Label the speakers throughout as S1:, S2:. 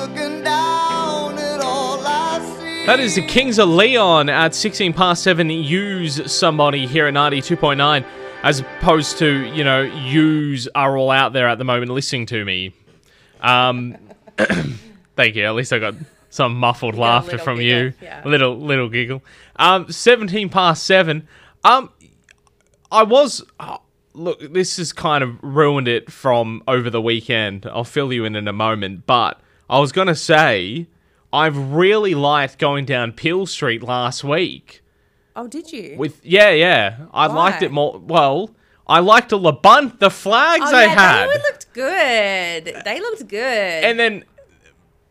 S1: Looking down at all I see.
S2: That is the Kings of Leon at 16 past 7. Use somebody here at 92.9, as opposed to, you know, yous are all out there at the moment listening to me. Um, thank you. At least I got some muffled laughter
S3: little
S2: from
S3: giggle,
S2: you.
S3: yeah.
S2: Little, little giggle. Um, 17 past 7. Um, I was. oh, look, this has kind of ruined it from over the weekend. I'll fill you in in a moment. But I was going to say, I've really liked going down Peel Street last week.
S3: Oh, did you?
S2: With yeah, yeah, I liked
S3: Why?
S2: it more. Well, I liked the Labunt, the flags
S3: oh,
S2: they
S3: yeah,
S2: had,
S3: they looked good. They looked good.
S2: and then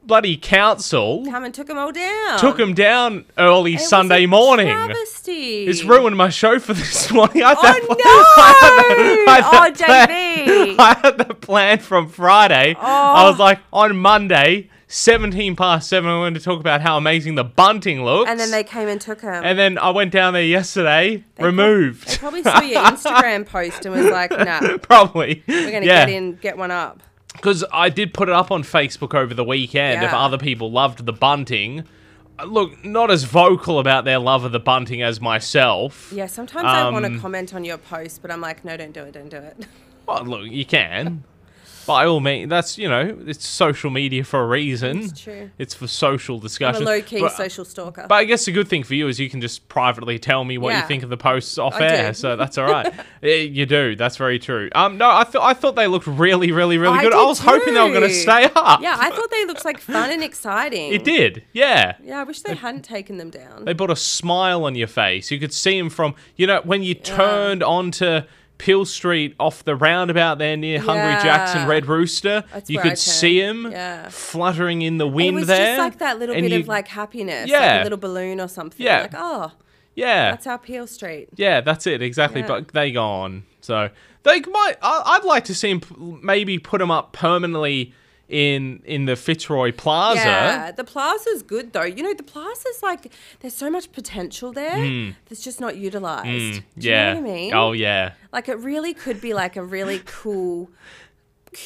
S2: bloody council
S3: come and took them all down.
S2: took them down early
S3: It was
S2: Sunday
S3: a
S2: morning.
S3: Travesty.
S2: It's ruined my show for this morning. I had
S3: Oh,
S2: pla-
S3: no! Oh,
S2: plan-
S3: JB.
S2: I had the plan from Friday. I
S3: Oh.
S2: was like, on Monday, 17 past 7, I wanted to talk about how amazing the bunting looks.
S3: And then they came and took them.
S2: And then I went down there yesterday,
S3: They
S2: removed.
S3: probably saw your Instagram post and was like, nah, we're
S2: Probably. We're
S3: going to get in, get one up.
S2: because I did put it up on Facebook over the weekend if
S3: Yeah.
S2: other people loved the bunting. Uh, Look, not as vocal about their love of the bunting as myself.
S3: Yeah, sometimes I want
S2: Um,
S3: to comment on your post, but I'm like, no, don't do it, don't do it.
S2: Well, look, you can. By all means, that's you know, it's social media for a reason.
S3: It's true.
S2: It's for social
S3: I'm
S2: discussion.
S3: a low key
S2: but,
S3: social stalker.
S2: But I guess the good thing for you is you can just privately tell me what you
S3: Yeah.
S2: think of the posts off
S3: I
S2: air,
S3: do.
S2: so that's all right. Yeah, you do. That's very true. Um, no, I thought I thought they looked really, really, really
S3: I
S2: good. I
S3: did
S2: was hoping they were going to
S3: too.
S2: stay up.
S3: yeah, I thought they looked like fun and exciting.
S2: it did. Yeah.
S3: Yeah, I wish they hadn't taken them down.
S2: They put a smile on your face. You could see them from, you know, when you turned onto Peel Street off the roundabout there near Hungry Jack's and
S3: Yeah.
S2: Red Rooster.
S3: That's
S2: you
S3: where I
S2: could see
S3: turned.
S2: them
S3: Yeah.
S2: fluttering in the
S3: it
S2: wind
S3: was
S2: there.
S3: just like that little
S2: and
S3: bit
S2: you-
S3: of like happiness, like
S2: Yeah.
S3: a little balloon or something.
S2: Yeah.
S3: Like, oh,
S2: yeah,
S3: that's our Peel Street.
S2: yeah, that's it exactly.
S3: Yeah.
S2: But they gone. So they might. I, I'd like to see them maybe put them up permanently in in the Fitzroy Plaza.
S3: Yeah, the plaza's good though. You know, the plaza's like there's so much potential there that's just not utilized. Do you
S2: Hmm. Yeah.
S3: know what I mean?
S2: Oh yeah.
S3: Like it really could be like a really cool,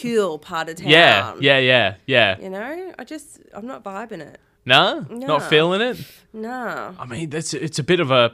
S3: cool part of town.
S2: Yeah. Yeah. Yeah. Yeah.
S3: You know, I just I'm not vibing it.
S2: No?
S3: No.
S2: Not feeling it.
S3: No,
S2: I mean, that's it's a bit of a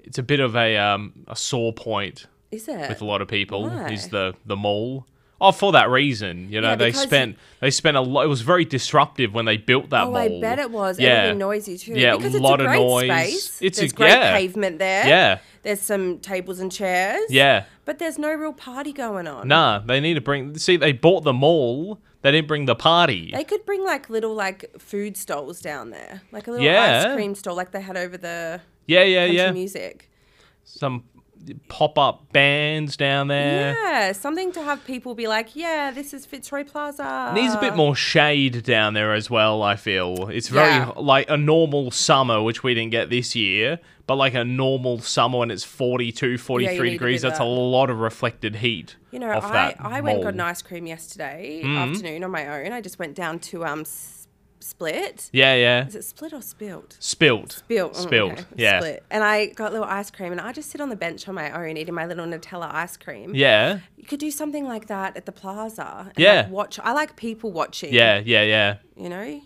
S2: it's a bit of a um a sore point
S3: is it?
S2: with a lot of people
S3: Uh, Why?
S2: is the the mall. Oh, for that reason, you know,
S3: Yeah,
S2: they
S3: because-
S2: spent they spent a lot. It was very disruptive when they built that
S3: Oh,
S2: mall.
S3: I bet it was.
S2: Yeah,
S3: It'll be noisy too.
S2: Yeah,
S3: because
S2: a lot
S3: it's a
S2: of
S3: great
S2: noise.
S3: Space.
S2: It's a-
S3: there's great
S2: yeah.
S3: pavement there.
S2: Yeah.
S3: There's some tables and chairs.
S2: yeah.
S3: But there's no real party going on.
S2: Nah, they need to bring. See, they bought the mall. They didn't bring the party.
S3: They could bring like little like food stalls down there, like a little
S2: Yeah.
S3: ice cream stall, like they had over the
S2: yeah, yeah,
S3: country
S2: yeah.
S3: music.
S2: Some pop up bands down there.
S3: Yeah, something to have people be like, yeah, this is Fitzroy Plaza.
S2: Needs a bit more shade down there as well, I feel. It's very
S3: Yeah.
S2: like a normal summer, which we didn't get this year, but like a normal summer when it's 42, 43
S3: need a bit
S2: degrees,
S3: of
S2: that's a
S3: that.
S2: lot of reflected heat.
S3: You know,
S2: off
S3: I,
S2: that Mm.
S3: I went and got an
S2: mole.
S3: ice cream yesterday afternoon on my own. I just went down to um S- Split.
S2: Yeah, yeah.
S3: Is it Split or Spilt?
S2: Spilled.
S3: Spilt. mm,
S2: Spilled,
S3: okay.
S2: yeah.
S3: Split. And I got a little ice cream, and I just sit on the bench on my own eating my little Nutella ice cream.
S2: Yeah,
S3: You could do something like that at the plaza. and,
S2: Yeah.
S3: Like watch. I like people watching.
S2: yeah, yeah, yeah.
S3: You know.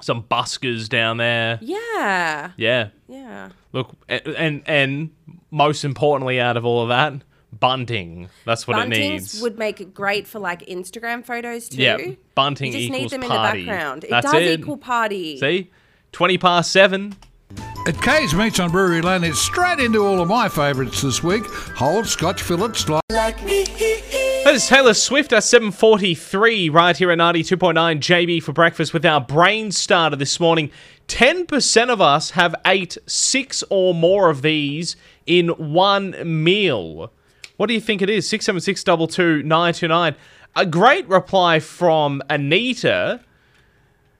S2: Some buskers down there.
S3: Yeah.
S2: Yeah.
S3: Yeah.
S2: Look, a- and and most importantly, out of all of that, bunting. That's what it
S3: Buntings
S2: needs.
S3: would make it great for like Instagram photos too.
S2: yeah, bunting
S3: You just
S2: equals
S3: need them
S2: party.
S3: in the background. It
S2: That's
S3: does
S2: it.
S3: equal party.
S2: See, twenty past seven.
S4: At Kay's Meats on Brewery Lane, it's straight into all of my favourites this week. Whole Scotch fillets, like
S2: That is Taylor Swift at 7.43 right here at 92.9 JB for breakfast with our brain starter this morning. 10% of us have ate six or more of these in one meal. What do you think it is? 676-22929. A great reply from Anita.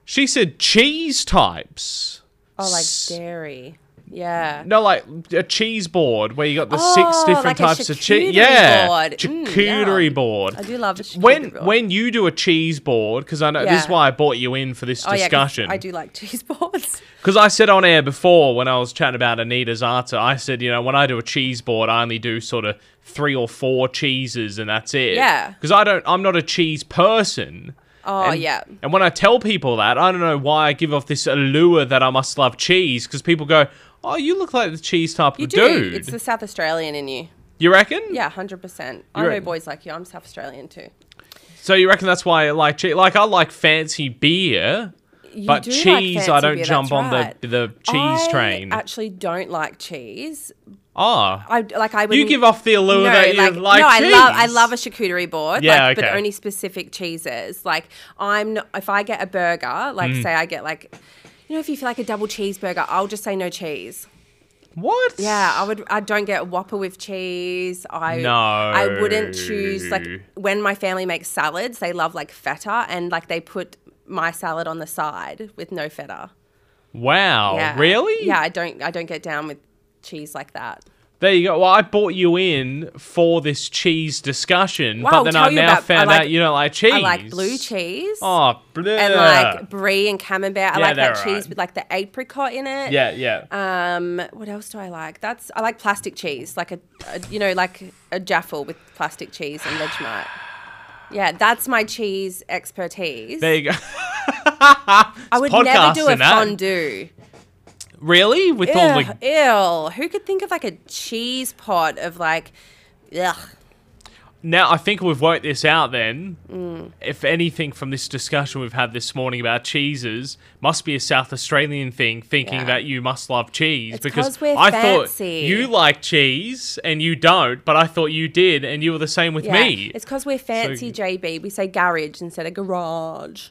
S2: She said cheese types.
S3: Oh, like dairy. Yeah.
S2: No, like a cheese board where you got the six
S3: Oh,
S2: different
S3: like a
S2: types of cheese.
S3: charcuterie
S2: Yeah,
S3: board. Mm,
S2: charcuterie
S3: yum.
S2: board.
S3: I do love a charcuterie
S2: when
S3: board.
S2: when you do a cheese board because I know this is
S3: Yeah.
S2: why I brought you in for this
S3: Oh, yeah, 'cause
S2: discussion.
S3: I do like cheese boards.
S2: Because I said on air before when I was chatting about Anita's answer, I said, you know, when I do a cheese board, I only do sort of three or four cheeses and that's it.
S3: Yeah.
S2: Because I don't, I'm not a cheese person.
S3: Oh,
S2: And-
S3: yeah.
S2: And when I tell people that, I don't know why I give off this allure that I must love cheese because people go, "Oh, you look like the cheese type
S3: You
S2: of
S3: do.
S2: dude."
S3: It's the South Australian in you.
S2: you reckon?
S3: Yeah, 100%. I
S2: You're
S3: know
S2: right.
S3: boys like you. I'm South Australian too.
S2: So you reckon that's why I like cheese? Like I like fancy beer,
S3: You
S2: but
S3: do like
S2: cheese, I
S3: fancy
S2: don't
S3: beer,
S2: jump
S3: that's
S2: on
S3: right.
S2: the the cheese
S3: I
S2: train.
S3: actually don't like cheese.
S2: Ah,
S3: I like I would
S2: you give off the allure that you like,
S3: no, I
S2: cheese.
S3: love I love a charcuterie board.
S2: Yeah,
S3: like, but
S2: okay.
S3: only specific cheeses. Like I'm not, if I get a burger, like
S2: Mm.
S3: say I get like you know if you feel like a double cheeseburger, I'll just say no cheese.
S2: what?
S3: Yeah, I would. I don't get a Whopper with cheese. I
S2: No.
S3: I wouldn't choose like when my family makes salads, they love like feta and like they put my salad on the side with no feta.
S2: Wow,
S3: Yeah.
S2: Oh, really?
S3: Yeah, I don't. I don't get down with cheese like that.
S2: There you go. Well, I brought you in for this cheese discussion,
S3: Wow,
S2: but then
S3: tell
S2: I've
S3: you
S2: now
S3: about- I
S2: found
S3: like-
S2: out you don't like cheese.
S3: I like blue cheese.
S2: Oh, bleh.
S3: and like brie and camembert. I
S2: Yeah,
S3: like that
S2: they're
S3: cheese
S2: right.
S3: with like the apricot in it.
S2: yeah, yeah.
S3: Um, what else do I like? That's I like plastic cheese, like a, a you know like a jaffle with plastic cheese and Vegemite. Yeah, that's my cheese expertise.
S2: there you go.
S3: I would never do a
S2: podcasting, huh?
S3: fondue.
S2: really? With all
S3: Ugh,
S2: the
S3: ill. Who could think of like a cheese pot of like, ugh.
S2: Now, I think we've worked this out then.
S3: Mm.
S2: If anything from this discussion we've had this morning about cheeses must be a South Australian thing, thinking
S3: Yeah.
S2: that you must love cheese.
S3: It's
S2: because
S3: 'cause we're
S2: I
S3: fancy.
S2: thought you like cheese and you don't, but I thought you did and you were the same with
S3: Yeah.
S2: me.
S3: It's because we're fancy, JB. We say garage instead of garage.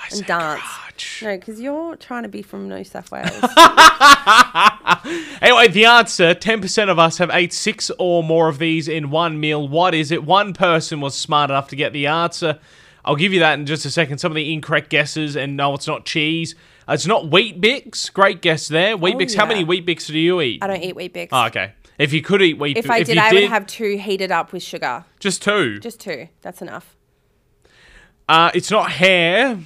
S2: I
S3: and
S2: said
S3: dance.
S2: garage.
S3: No, because you're trying to be from New South Wales.
S2: Anyway, the answer 10% of us have ate six or more of these in one meal. What is it? One person was smart enough to get the answer. I'll give you that in just a second. Some of the incorrect guesses, and no, it's not cheese. Uh, It's not Wheat Bix. Great guess there. Wheat Bix. How
S3: Oh, yeah.
S2: many Wheat Bix do you eat?
S3: I don't eat wheat bix.
S2: Oh, okay. If you could eat Wheat
S3: if
S2: Bi-
S3: I did,
S2: you
S3: I would have two heated up with sugar.
S2: just two.
S3: Just two. That's enough.
S2: uh, it's not hair.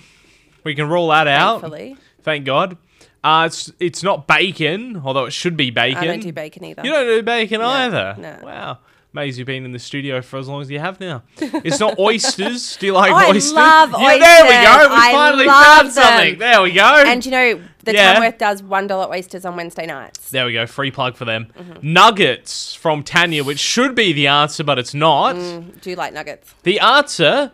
S2: We can roll that out.
S3: Thankfully,
S2: Thank God. Uh, it's it's not bacon, although it should be bacon.
S3: I don't do bacon either.
S2: You don't do bacon either.
S3: no.
S2: Wow. Maze, you've been in the studio for as long as you have now. It's not oysters. Do you like
S3: I
S2: oysters?
S3: love
S2: Yeah, there we go. We
S3: oysters. I
S2: finally
S3: love
S2: found something.
S3: them.
S2: There we go.
S3: and you know, the
S2: Yeah.
S3: Tamworth does one dollar oysters on Wednesday nights.
S2: there we go. Free plug for them.
S3: Mm-hmm.
S2: Nuggets from Tanya, which should be the answer, but it's not.
S3: Do you like nuggets?
S2: The answer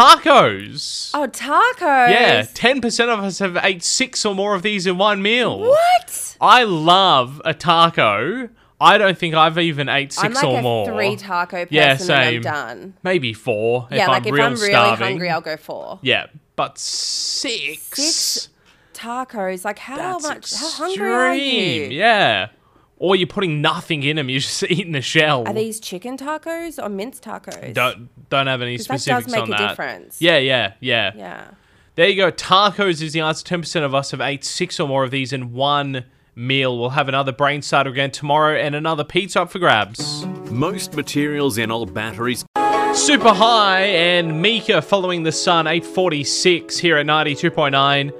S2: tacos.
S3: Oh, tacos.
S2: yeah. 10% of us have ate six or more of these in one meal.
S3: What?
S2: I love a taco. I don't think I've even ate 6
S3: I'm like
S2: or
S3: a
S2: more.
S3: three taco person
S2: Yeah,
S3: and
S2: same.
S3: I'm done.
S2: Maybe four.
S3: yeah,
S2: if
S3: like
S2: I'm
S3: if
S2: real
S3: I'm really
S2: starving.
S3: hungry, I'll go four.
S2: yeah, but six.
S3: Six? Tacos, like how
S2: That's
S3: much?
S2: extreme.
S3: How hungry are you?
S2: Yeah. Or you're putting nothing in them. You're just eating the shell.
S3: Are these chicken tacos or mince tacos?
S2: don't don't have any
S3: 'Cause that does
S2: specifics
S3: make
S2: on
S3: a
S2: that.
S3: difference.
S2: Yeah, yeah, yeah,
S3: Yeah.
S2: There you go. Tacos is the answer. Ten percent of us have ate six or more of these in one meal. We'll have another brain starter again tomorrow, and another pizza up for grabs.
S5: Most materials in old batteries
S2: Super High and Mika following the sun, 846 here at 92.9.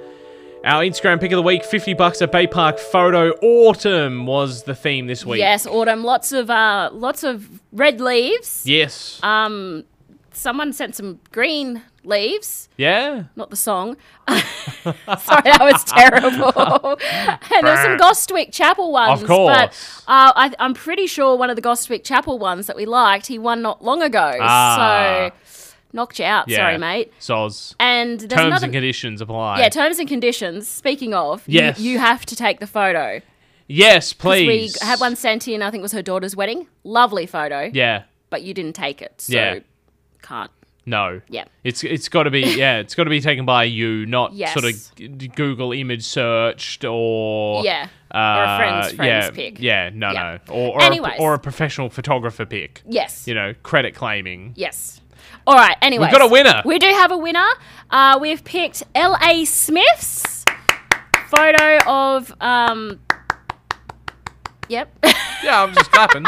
S2: Our Instagram pick of the week, 50 bucks at Bay Park Photo. Autumn was the theme this week.
S6: Yes, autumn. Lots of uh, lots of red leaves.
S2: Yes.
S6: Um, someone sent some green leaves.
S2: yeah?
S6: Not the song. Sorry, that was terrible. and there were some Gostwick Chapel ones. But
S2: course.
S6: uh, I, I'm pretty sure one of the Gostwick Chapel ones that we liked, he won not long ago.
S2: Ah.
S6: So knocked you out.
S2: yeah.
S6: Sorry, mate.
S2: Soz.
S6: And there's
S2: Terms
S6: another.
S2: and conditions apply.
S6: yeah, terms and conditions. Speaking of, you-
S2: Yes.
S6: you, have to take the photo. 'Cause
S2: yes, please.
S6: We had one sent in. I think it was her daughter's wedding. Lovely photo.
S2: Yeah.
S6: but you didn't take it, so
S2: Yeah.
S6: can't.
S2: No.
S6: Yeah.
S2: It's it's got to be yeah, it's got to be taken by you, not
S6: Yes.
S2: sort of g- Google image searched or
S6: Yeah.
S2: Uh,
S6: or a friend's friend's
S2: yeah,
S6: pick.
S2: Yeah, no,
S6: Yeah.
S2: no. Or or
S6: Anyways.
S2: a, or a professional photographer pick.
S6: Yes.
S2: You know, credit claiming.
S6: Yes. All right. Anyway,
S2: got a winner.
S6: We do have a winner. Uh, we've picked L.A. Smith's photo of. Um, yep.
S2: Yeah, I'm just clapping.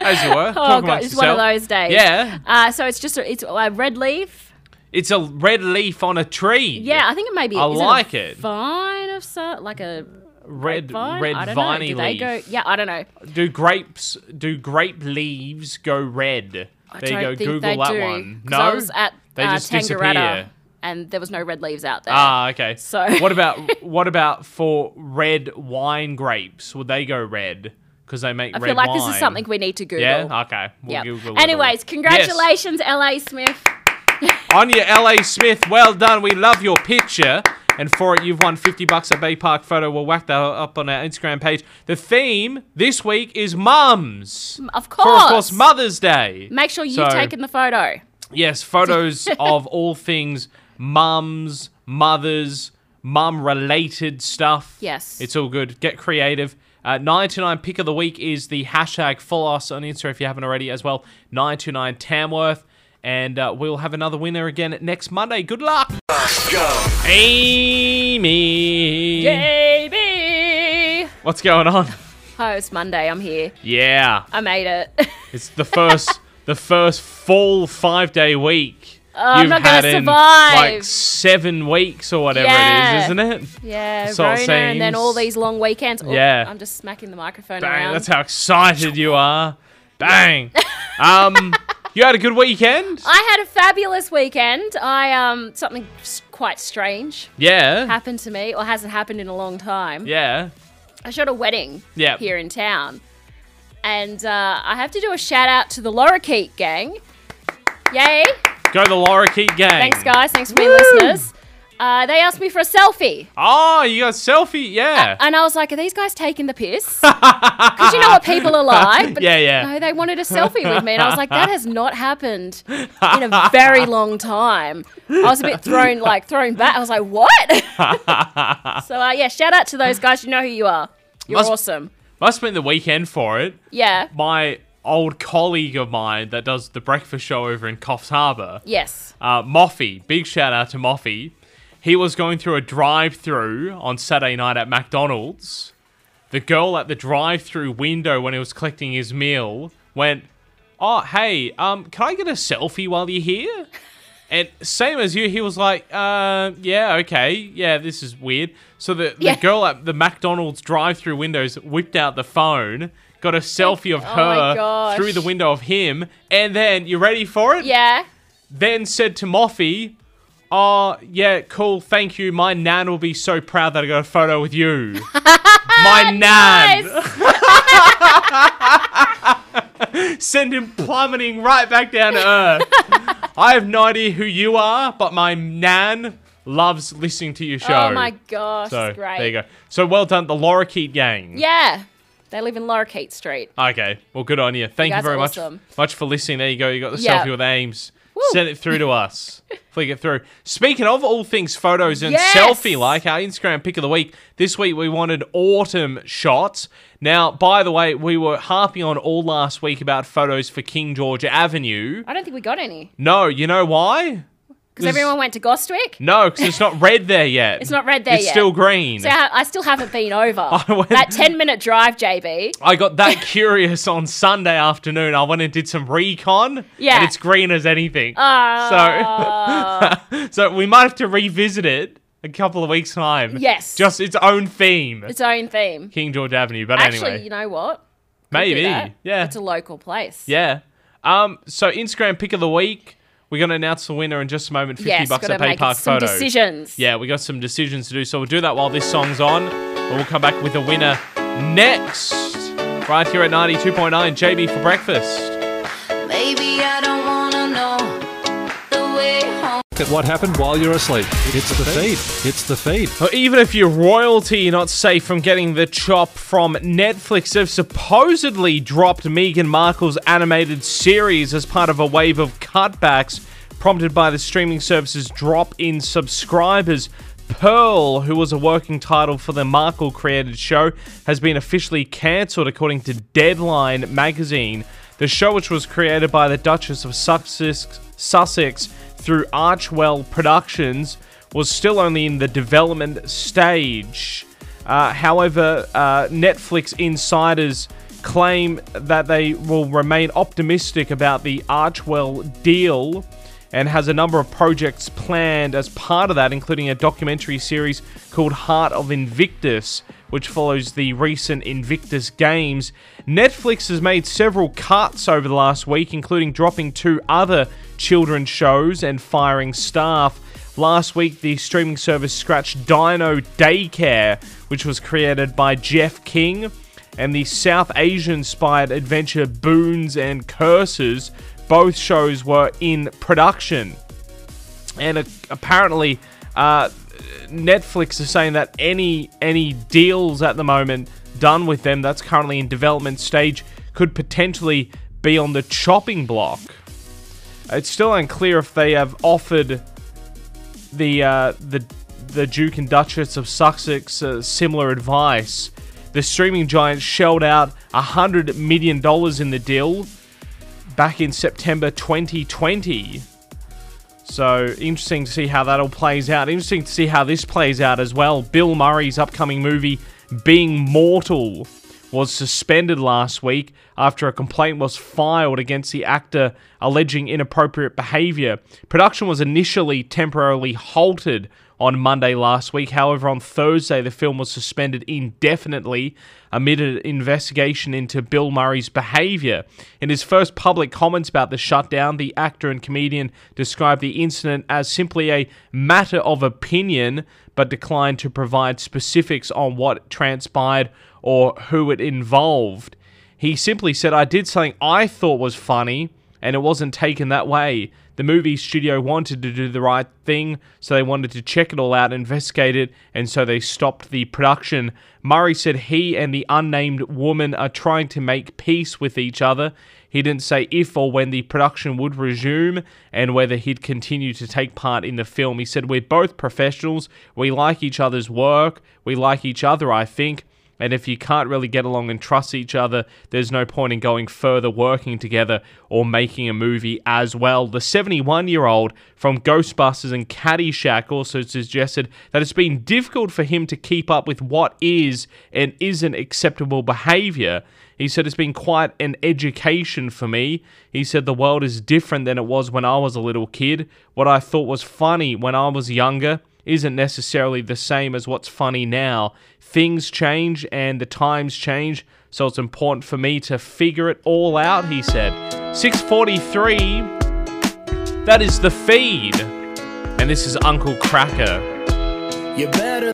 S2: As you were.
S6: oh
S2: Talk
S6: god,
S2: amongst
S6: it's one of
S2: yourself.
S6: those days.
S2: Yeah.
S6: Uh, so it's just a, it's a red leaf.
S2: It's a red leaf on a tree.
S6: Yeah, I think it may be.
S2: I
S6: is
S2: like
S6: it. a
S2: it.
S6: Vine of some, like a
S2: Red
S6: vine.
S2: red
S6: I don't know.
S2: viney
S6: Do they
S2: leaf.
S6: go? Yeah, I don't know.
S2: Do grapes do grape leaves go red?
S6: I
S2: there
S6: don't
S2: you go,
S6: think
S2: Google
S6: they
S2: that
S6: do,
S2: one.
S6: 'cause
S2: No.
S6: I was at
S2: they
S6: uh,
S2: just
S6: Tangaratta
S2: disappear.
S6: and there was no red leaves out there.
S2: Ah, okay.
S6: So-
S2: what about what about for red wine grapes? Would they go red because they make
S6: I
S2: red
S6: feel like
S2: wine?
S6: this is something we need to Google.
S2: Yeah. Okay.
S6: Yep.
S2: Google it.
S6: Anyways,
S2: Yes.
S6: congratulations, LA Smith.
S2: on your LA Smith. Well done. We love your picture. And for it, you've won 50 bucks at Bay Park Photo. We'll whack that up on our Instagram page. The theme this week is mums.
S6: Of
S2: For,
S6: course.
S2: of course, Mother's Day.
S6: Make sure you've
S2: So-
S6: taken the photo.
S2: Yes, photos of all things mums, mothers, mum related stuff.
S6: Yes.
S2: It's all good. Get creative. Uh, 929 pick of the week is the hashtag follow us on Insta if you haven't already as well. 929 Tamworth. And uh, we'll have another winner again next Monday. Good luck. Amy.
S6: Baby!
S2: What's going on?
S6: Oh, it's Monday. I'm here.
S2: Yeah.
S6: I made it.
S2: It's the first the first full five day week. Oh,
S6: I'm not gonna
S2: like
S6: survive.
S2: seven weeks or whatever
S6: Yeah.
S2: it is, isn't it?
S6: yeah,
S2: So it
S6: Rona, and then
S2: seems.
S6: all these long weekends. Oh,
S2: Yeah.
S6: I'm just smacking the microphone
S2: Bang!
S6: around.
S2: That's how excited you are. Bang! um, you had a good weekend.
S6: I had a fabulous weekend. I um something s- quite strange
S2: Yeah.
S6: happened to me, or hasn't happened in a long time.
S2: Yeah.
S6: I shot a wedding
S2: Yep.
S6: here in town. And uh, I have to do a shout out to the Lorikeet gang. Yay!
S2: Go the Lorikeet gang.
S6: Thanks, guys. Thanks for being listeners. Uh, they asked me for a selfie.
S2: Oh, you got a selfie. Yeah.
S6: And I was like, are these guys taking the piss? Because you know what people are like. But
S2: Yeah, yeah.
S6: No, they wanted a selfie with me. And I was like, that has not happened in a very long time. I was a bit thrown, like, thrown back. I was like, what? so, uh, yeah, shout out to those guys. You know who you are. You're
S2: Must-
S6: awesome.
S2: Must have been the weekend for it.
S6: Yeah.
S2: My old colleague of mine that does the breakfast show over in Coffs Harbour.
S6: Yes.
S2: uh, Moffy, big shout out to Moffy. He was going through a drive through on Saturday night at McDonald's. The girl at the drive through window when he was collecting his meal went, Oh, hey, um, can I get a selfie while you're here? And same as you, he was like, uh, yeah, okay, yeah, this is weird. So the, the
S6: Yeah.
S2: girl at the McDonald's drive through windows whipped out the phone, got a selfie of
S6: Oh my
S2: her
S6: gosh.
S2: through the window of him, and then, you ready for it?
S6: Yeah.
S2: then said to Moffy, Oh, yeah, cool, thank you. My nan will be so proud that I got a photo with you. My nan.
S6: Nice.
S2: Send him plummeting right back down to earth. I have no idea who you are, but my nan loves listening to your show.
S6: Oh my gosh.
S2: So,
S6: great.
S2: there you go. So, well done, the Lorikeet gang.
S6: Yeah. They live in Lorikeet Street.
S2: Okay, well, good on you. Thank you,
S6: guys are
S2: very
S6: awesome.
S2: much. Much for listening. There you go. You got the
S6: Yeah.
S2: selfie with Ames. Send it through to us. Flick it through. Speaking of all things photos and
S6: Yes!
S2: selfie, like our Instagram pick of the week, this week we wanted autumn shots. Now, by the way, we were harping on all last week about photos for King George Avenue.
S6: I don't think we got any.
S2: No, you know why?
S6: Because everyone went to Gostwick.
S2: No, because it's not red there yet.
S6: It's not red there
S2: It's
S6: yet.
S2: still green.
S6: So I I still haven't been over.
S2: went-
S6: that 10 minute drive, JB.
S2: I got that curious on Sunday afternoon. I went and did some recon.
S6: Yeah.
S2: And it's green as anything.
S6: Oh.
S2: So, so we might have to revisit it a couple of weeks' time.
S6: Yes.
S2: Just its own theme.
S6: its own theme.
S2: King George Avenue. But
S6: Actually,
S2: anyway.
S6: you know what? Could do
S2: maybe.
S6: that.
S2: Yeah.
S6: It's a local place.
S2: yeah. Um, so Instagram pick of the week. We're gonna announce the winner in just a moment, fifty
S6: Yes,
S2: bucks
S6: gotta
S2: at Pay
S6: make
S2: Park
S6: some
S2: Photo.
S6: decisions.
S2: Yeah, we got some decisions to do, so we'll do that while this song's on. But we'll come back with a winner next. Right here at 92.9, JB for breakfast.
S7: Maybe I don't wanna know the way home.
S8: at what happened while you're asleep. It's the feed. It's the feed.
S2: Well, even if you're royalty, you're not safe from getting the chop from Netflix. They've supposedly dropped Meghan Markle's animated series as part of a wave of cutbacks prompted by the streaming service's drop in subscribers. Pearl, who was a working title for the Markle created show, has been officially cancelled according to Deadline magazine. The show, which was created by the Duchess of Sussex, Sussex through Archwell Productions, was still only in the development stage. Uh, however, uh, Netflix insiders claim that they will remain optimistic about the Archwell deal and has a number of projects planned as part of that, including a documentary series called Heart of Invictus, which follows the recent Invictus Games. Netflix has made several cuts over the last week, including dropping two other children's shows and firing staff. Last week, the streaming service scratched Dino Daycare, which was created by Jeff King, and the South Asian inspired adventure Boons and Curses. Both shows were in production. And a- apparently, uh, Netflix is saying that any any deals at the moment done with them that's currently in development stage could potentially be on the chopping block. It's still unclear if they have offered the uh, the the Duke and Duchess of Sussex uh, similar advice. The streaming giant shelled out hundred million dollars in the deal back in September 2020. So interesting to see how that all plays out. Interesting to see how this plays out as well. Bill Murray's upcoming movie, Being Mortal, was suspended last week after a complaint was filed against the actor alleging inappropriate behavior. Production was initially temporarily halted on Monday last week. However, on Thursday, the film was suspended indefinitely amid an investigation into Bill Murray's behavior. In his first public comments about the shutdown, the actor and comedian described the incident as simply a matter of opinion, but declined to provide specifics on what transpired or who it involved. He simply said, I did something I thought was funny, and it wasn't taken that way. The movie studio wanted to do the right thing, so they wanted to check it all out, investigate it, and so they stopped the production. Murray said he and the unnamed woman are trying to make peace with each other. He didn't say if or when the production would resume and whether he'd continue to take part in the film. He said, We're both professionals. We like each other's work. We like each other, I think. And if you can't really get along and trust each other, there's no point in going further working together or making a movie as well. The 71 year old from Ghostbusters and Caddyshack also suggested that it's been difficult for him to keep up with what is and isn't acceptable behavior. He said, It's been quite an education for me. He said, The world is different than it was when I was a little kid. What I thought was funny when I was younger isn't necessarily the same as what's funny now. Things change and the times change, so it's important for me to figure it all out, he said. 643, that is the feed. And this is Uncle Cracker.
S1: You better